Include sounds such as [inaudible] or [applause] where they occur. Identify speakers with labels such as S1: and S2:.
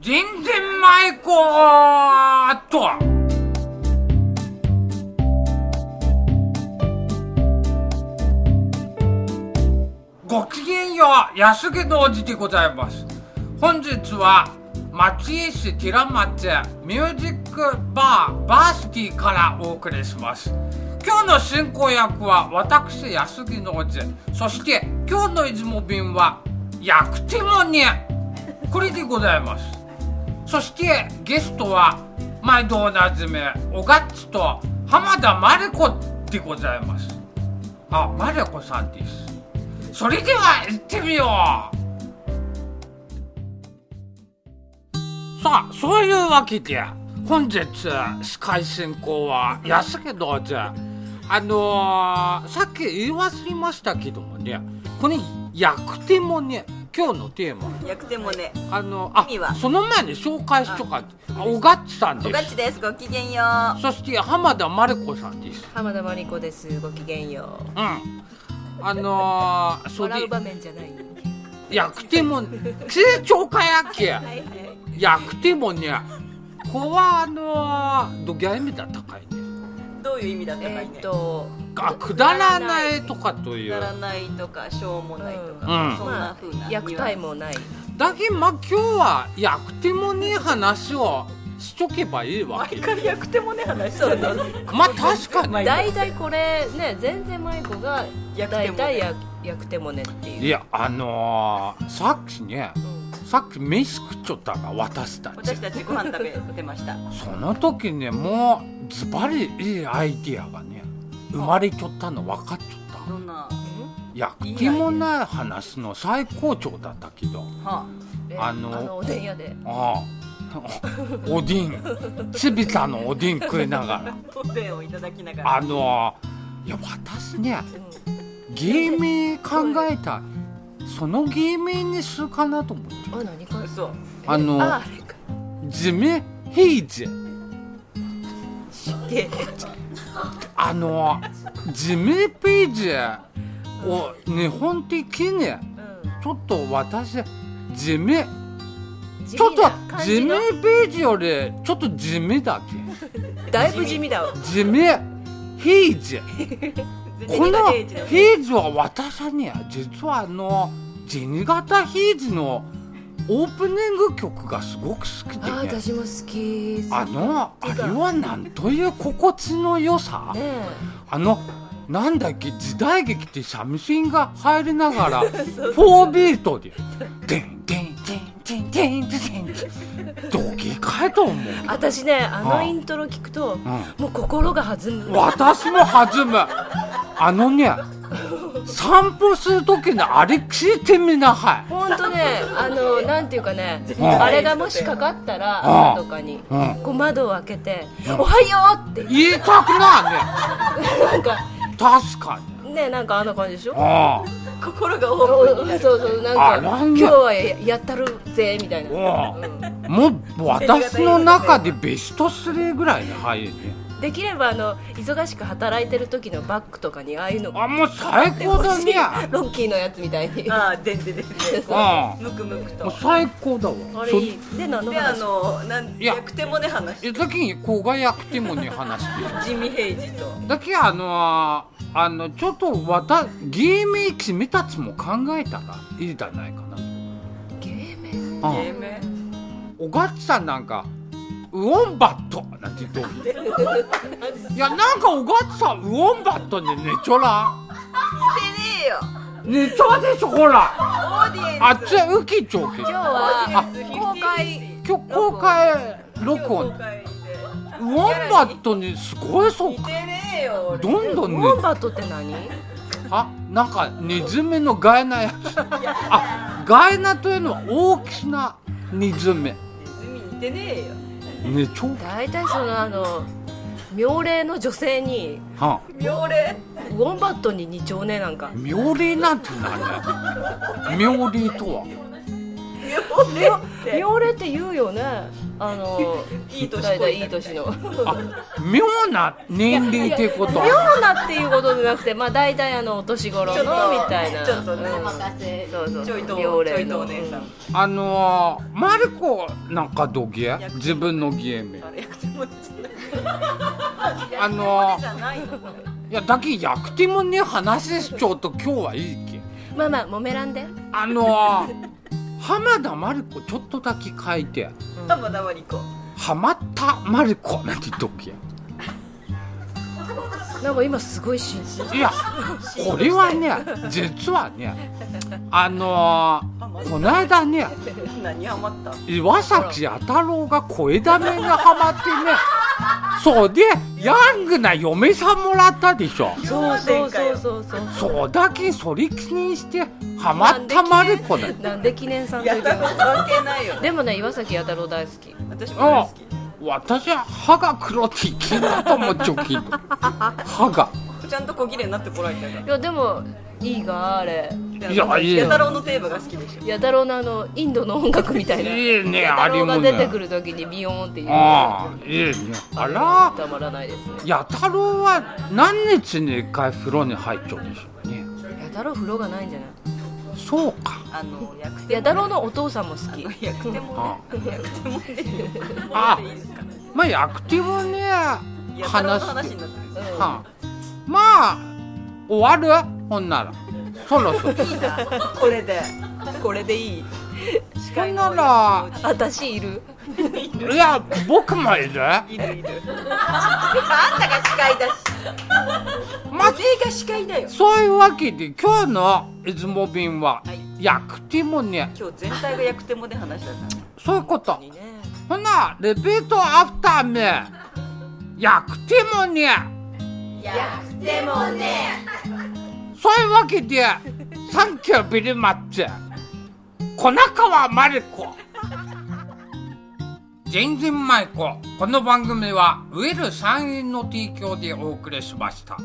S1: 全然前子っとごきげんよう安家のおじでございます本日は松江市寺松ミュージックバーバースティからお送りします今日の進行役は私安木のおじそして今日の出雲便は薬手もねこれでございますそしてゲストは毎度おなじみおがっちと浜田まりこでございますあまりこさんですそれでは行ってみようさあそういうわけで本日司会進行は安家道じゃあのー、さっき言い忘れましたけどもねこれ役手もね今日のテーマ
S2: 役手もね、
S1: あのあ
S2: 意味は
S1: その前に紹介しとかあおがっちさん
S2: お
S1: で
S2: がち
S1: す
S2: です。ごきげんよう。
S1: そして浜田まりこさんです
S2: 浜田真理子です。ごきげんよ
S1: うんあのー、
S2: う
S1: それ
S2: 面じゃない。
S1: 役手も成長家やっけ
S2: はいはい。
S1: 役手もねこはあのー、どぎゃいみだったかいね
S2: どういう意味だったかね。
S3: えっと
S1: あくだらないとかという
S2: ならないとかしょうもないとか、
S1: うん
S2: そんな風な。
S3: 役体。もない
S1: だけどまあ今日は役手もねえ話をしとけばいいわけ
S2: 回役手もね話してる。
S1: まあ確かに
S3: 大体これね全然舞子が
S2: 役手も
S3: 大
S2: ね
S3: 体や役手もねっていう
S1: いやあのー、さっきね
S3: うん
S1: さっき飯食っちゃったが私たち
S2: 私たちご飯食べてました。
S1: その時ねもうズバリいいアイディアがね生まれちゃったの分かっちゃった
S2: どんな。
S1: 役気もない話の最高潮だったけど
S2: は
S3: え
S1: あの
S3: あのおでん屋で
S1: ああ [laughs] おおでんちびたのおでん食いなが
S2: あ。おでんをいただきなが
S1: ら
S2: ら。
S1: あのー、いや私ね芸名考えたその芸名にするかなと思って
S3: あ何か
S2: 嘘。
S1: あの
S3: ああれか
S1: 地面平時
S2: で、
S1: あの地名ページを日本的に
S3: う
S1: ちょっと私地名
S3: ん
S1: ちょっと地
S3: 地味
S1: 名
S3: な
S1: ページよりちょっと地味だけ
S3: だいぶ地味だわ
S1: 地名平時この
S2: ゼニガゲージ
S1: 平時は私はね実はあの銭形平時のオープニング曲がすごく好きで
S3: あー
S1: ね
S3: 私も好き
S1: あのあれはなんという心地の良さ
S3: ね
S1: あのなんだっけ時代劇ってサムシンが入りながら4ビートで「でんでんでんでんでんでんでん」どげかいと思う、
S3: え私ねあ
S1: あ
S3: のイントロ聞くと
S1: う
S3: もう心が弾む
S1: ん、私も弾むあのね散歩する時にあれ聞いてみなは
S3: 本当ねあのなんていうかね
S1: うん
S3: あれがもしかかったら
S1: うん
S3: 朝とかに
S1: うん
S3: こう窓を開けて「
S1: うん
S3: おはよう!」って
S1: い言いたくな
S3: なんか
S1: いね確かに
S3: ねなんかあんな感じでしょ
S1: あ
S2: 心が
S3: お
S2: オープ
S1: [laughs]
S2: ンになる。
S3: そうそうなん
S1: あ
S3: か
S1: なん
S3: 今
S1: だ
S3: 日はややったるぜみたいな、
S1: おう
S3: う
S1: あもう私の中でベスト3ぐらいに入るね
S3: んできればあの忙しく働いてる時のバッグとかにああいうの
S1: あもう最高だ
S3: [laughs]
S1: ね
S3: ロッキーのやつみたいに
S2: ああ、でんでんでんでん。
S1: うん
S2: むくむく
S1: もう
S2: と。
S1: 最高だわ
S3: あれいいで何の
S2: で、あ
S3: 話
S2: の、なん、
S1: いや
S2: 役手もね話し
S1: そえだけこがやくてもね話して
S2: 地味平次と。
S1: だけあのーあのちょっとわた芸名君たちも考えたらいいじゃないかな
S3: 芸名ね
S1: あ
S2: 芸名。
S1: おがっちさんなんかウォンバットなんて言うと
S3: [laughs]
S1: いやなんかおがっちさんウォンバットに寝ちょらん
S2: ねえよ
S1: 寝ちょでしょほら
S2: オーディエンス
S1: あっちウキちょけ
S3: 今日
S2: あ
S3: は公開
S1: 今日公開録音
S2: 公開で
S1: ウォンバットにすごいそっ
S2: 似て
S1: か
S2: ねえよ俺
S1: どん
S3: ウ
S1: どん寝
S3: ォンバットって何
S1: あなんかネズミのガエナやつあガエナというのは大きなネズミね
S2: ネズミ似てねえよ
S1: ちょ
S3: 大体そのあの妙齢の女性に
S1: は
S2: 妙齢
S3: ウォンバットに二丁ねなんか
S1: 妙齢なんてなんだよ妙齢とは
S2: 妙 [laughs] 妙齢って
S3: 妙齢って言うよねあの
S2: いい年こいた
S3: だだいい年の
S1: 妙な年齢ってこと
S3: 妙なっていうことじゃなくてまあ大体あのお年頃
S2: ちょっと
S3: のみたいな
S2: ちょっとね
S3: うん
S4: お任せ
S3: そうそう
S2: ちょいとち
S3: 妙
S2: ょ
S3: 齢
S2: いと
S3: の
S2: お姉さん
S1: あのー、マルコなんかどげ自分のゲーム
S2: あれ役者もじ
S1: あの
S2: ゃないの
S1: ー、いやだけ役手もね話しちょうと今日はいいけん
S3: うんまあまあもめらんで
S1: あのー、浜田マルコちょっとだけ書いて
S2: 浜田まりこ
S1: ハマったマルコなんてどげ
S3: なんか今すごい新鮮
S1: いやこれはね実はねあのー、この間ね
S2: 何ハマった
S1: 岩崎弥太郎が声だめにハマってねそうでヤングな嫁さんもらったでしょ
S3: そうそうそうそうそう
S1: そうだけそれ記念してハマったまる子だ
S3: なんで記念さんと
S2: や
S3: い
S2: っ
S3: う
S2: た
S3: か
S2: こと関係ないよね
S3: でもね岩崎弥太郎大好き
S2: 私も大好
S1: 私は歯が黒って聞いたと思っちょ
S3: [laughs]
S1: き歯が
S2: きちゃんと小綺麗になってこられたか
S3: いやでもいいがあれ
S2: ら
S1: いやいいよ
S2: やたろうのテーマが好きでしょ
S3: 弥太郎のあのインドの音楽みたいな
S1: ええ
S3: [laughs]
S1: ね
S3: 弥太郎
S1: あれ
S3: が
S1: もね
S3: 出てくる時にビヨーンっていう
S1: ああいいねあら
S3: たまらないですね
S1: 弥太郎は何日に一回風呂に入っちゃうでしょうね
S3: 弥太郎風呂がないんじゃない
S1: そうか
S2: あの役手
S3: 弥太郎のお父さんも好き
S2: 役手も
S1: あ
S2: 役手もね
S1: あ
S2: いいですか
S1: まあアクティブね
S2: やたろう
S1: 話
S2: の話
S1: して
S2: になってる
S1: はんまあ終わるほんならそろそろ
S2: いいなこれでこれでいい
S1: ほ
S2: 司会
S1: ん
S2: の
S1: なら
S3: 私いる
S1: いや僕もいる
S2: いるいる
S4: あんたが司会だし
S1: まあ
S2: 映画司会だよ
S1: そういうわけで今日の出雲便は
S2: はい
S1: 役手もね
S2: 今日全体が役手もで話だったね
S1: そういうこと
S3: にね
S1: ほなレピートアフターめ役手もね
S4: 役でもね
S1: そういうわけでサンキュービリマッチ小中はマリコ全然マイコこの番組はウェル参院の提供でお送りしました。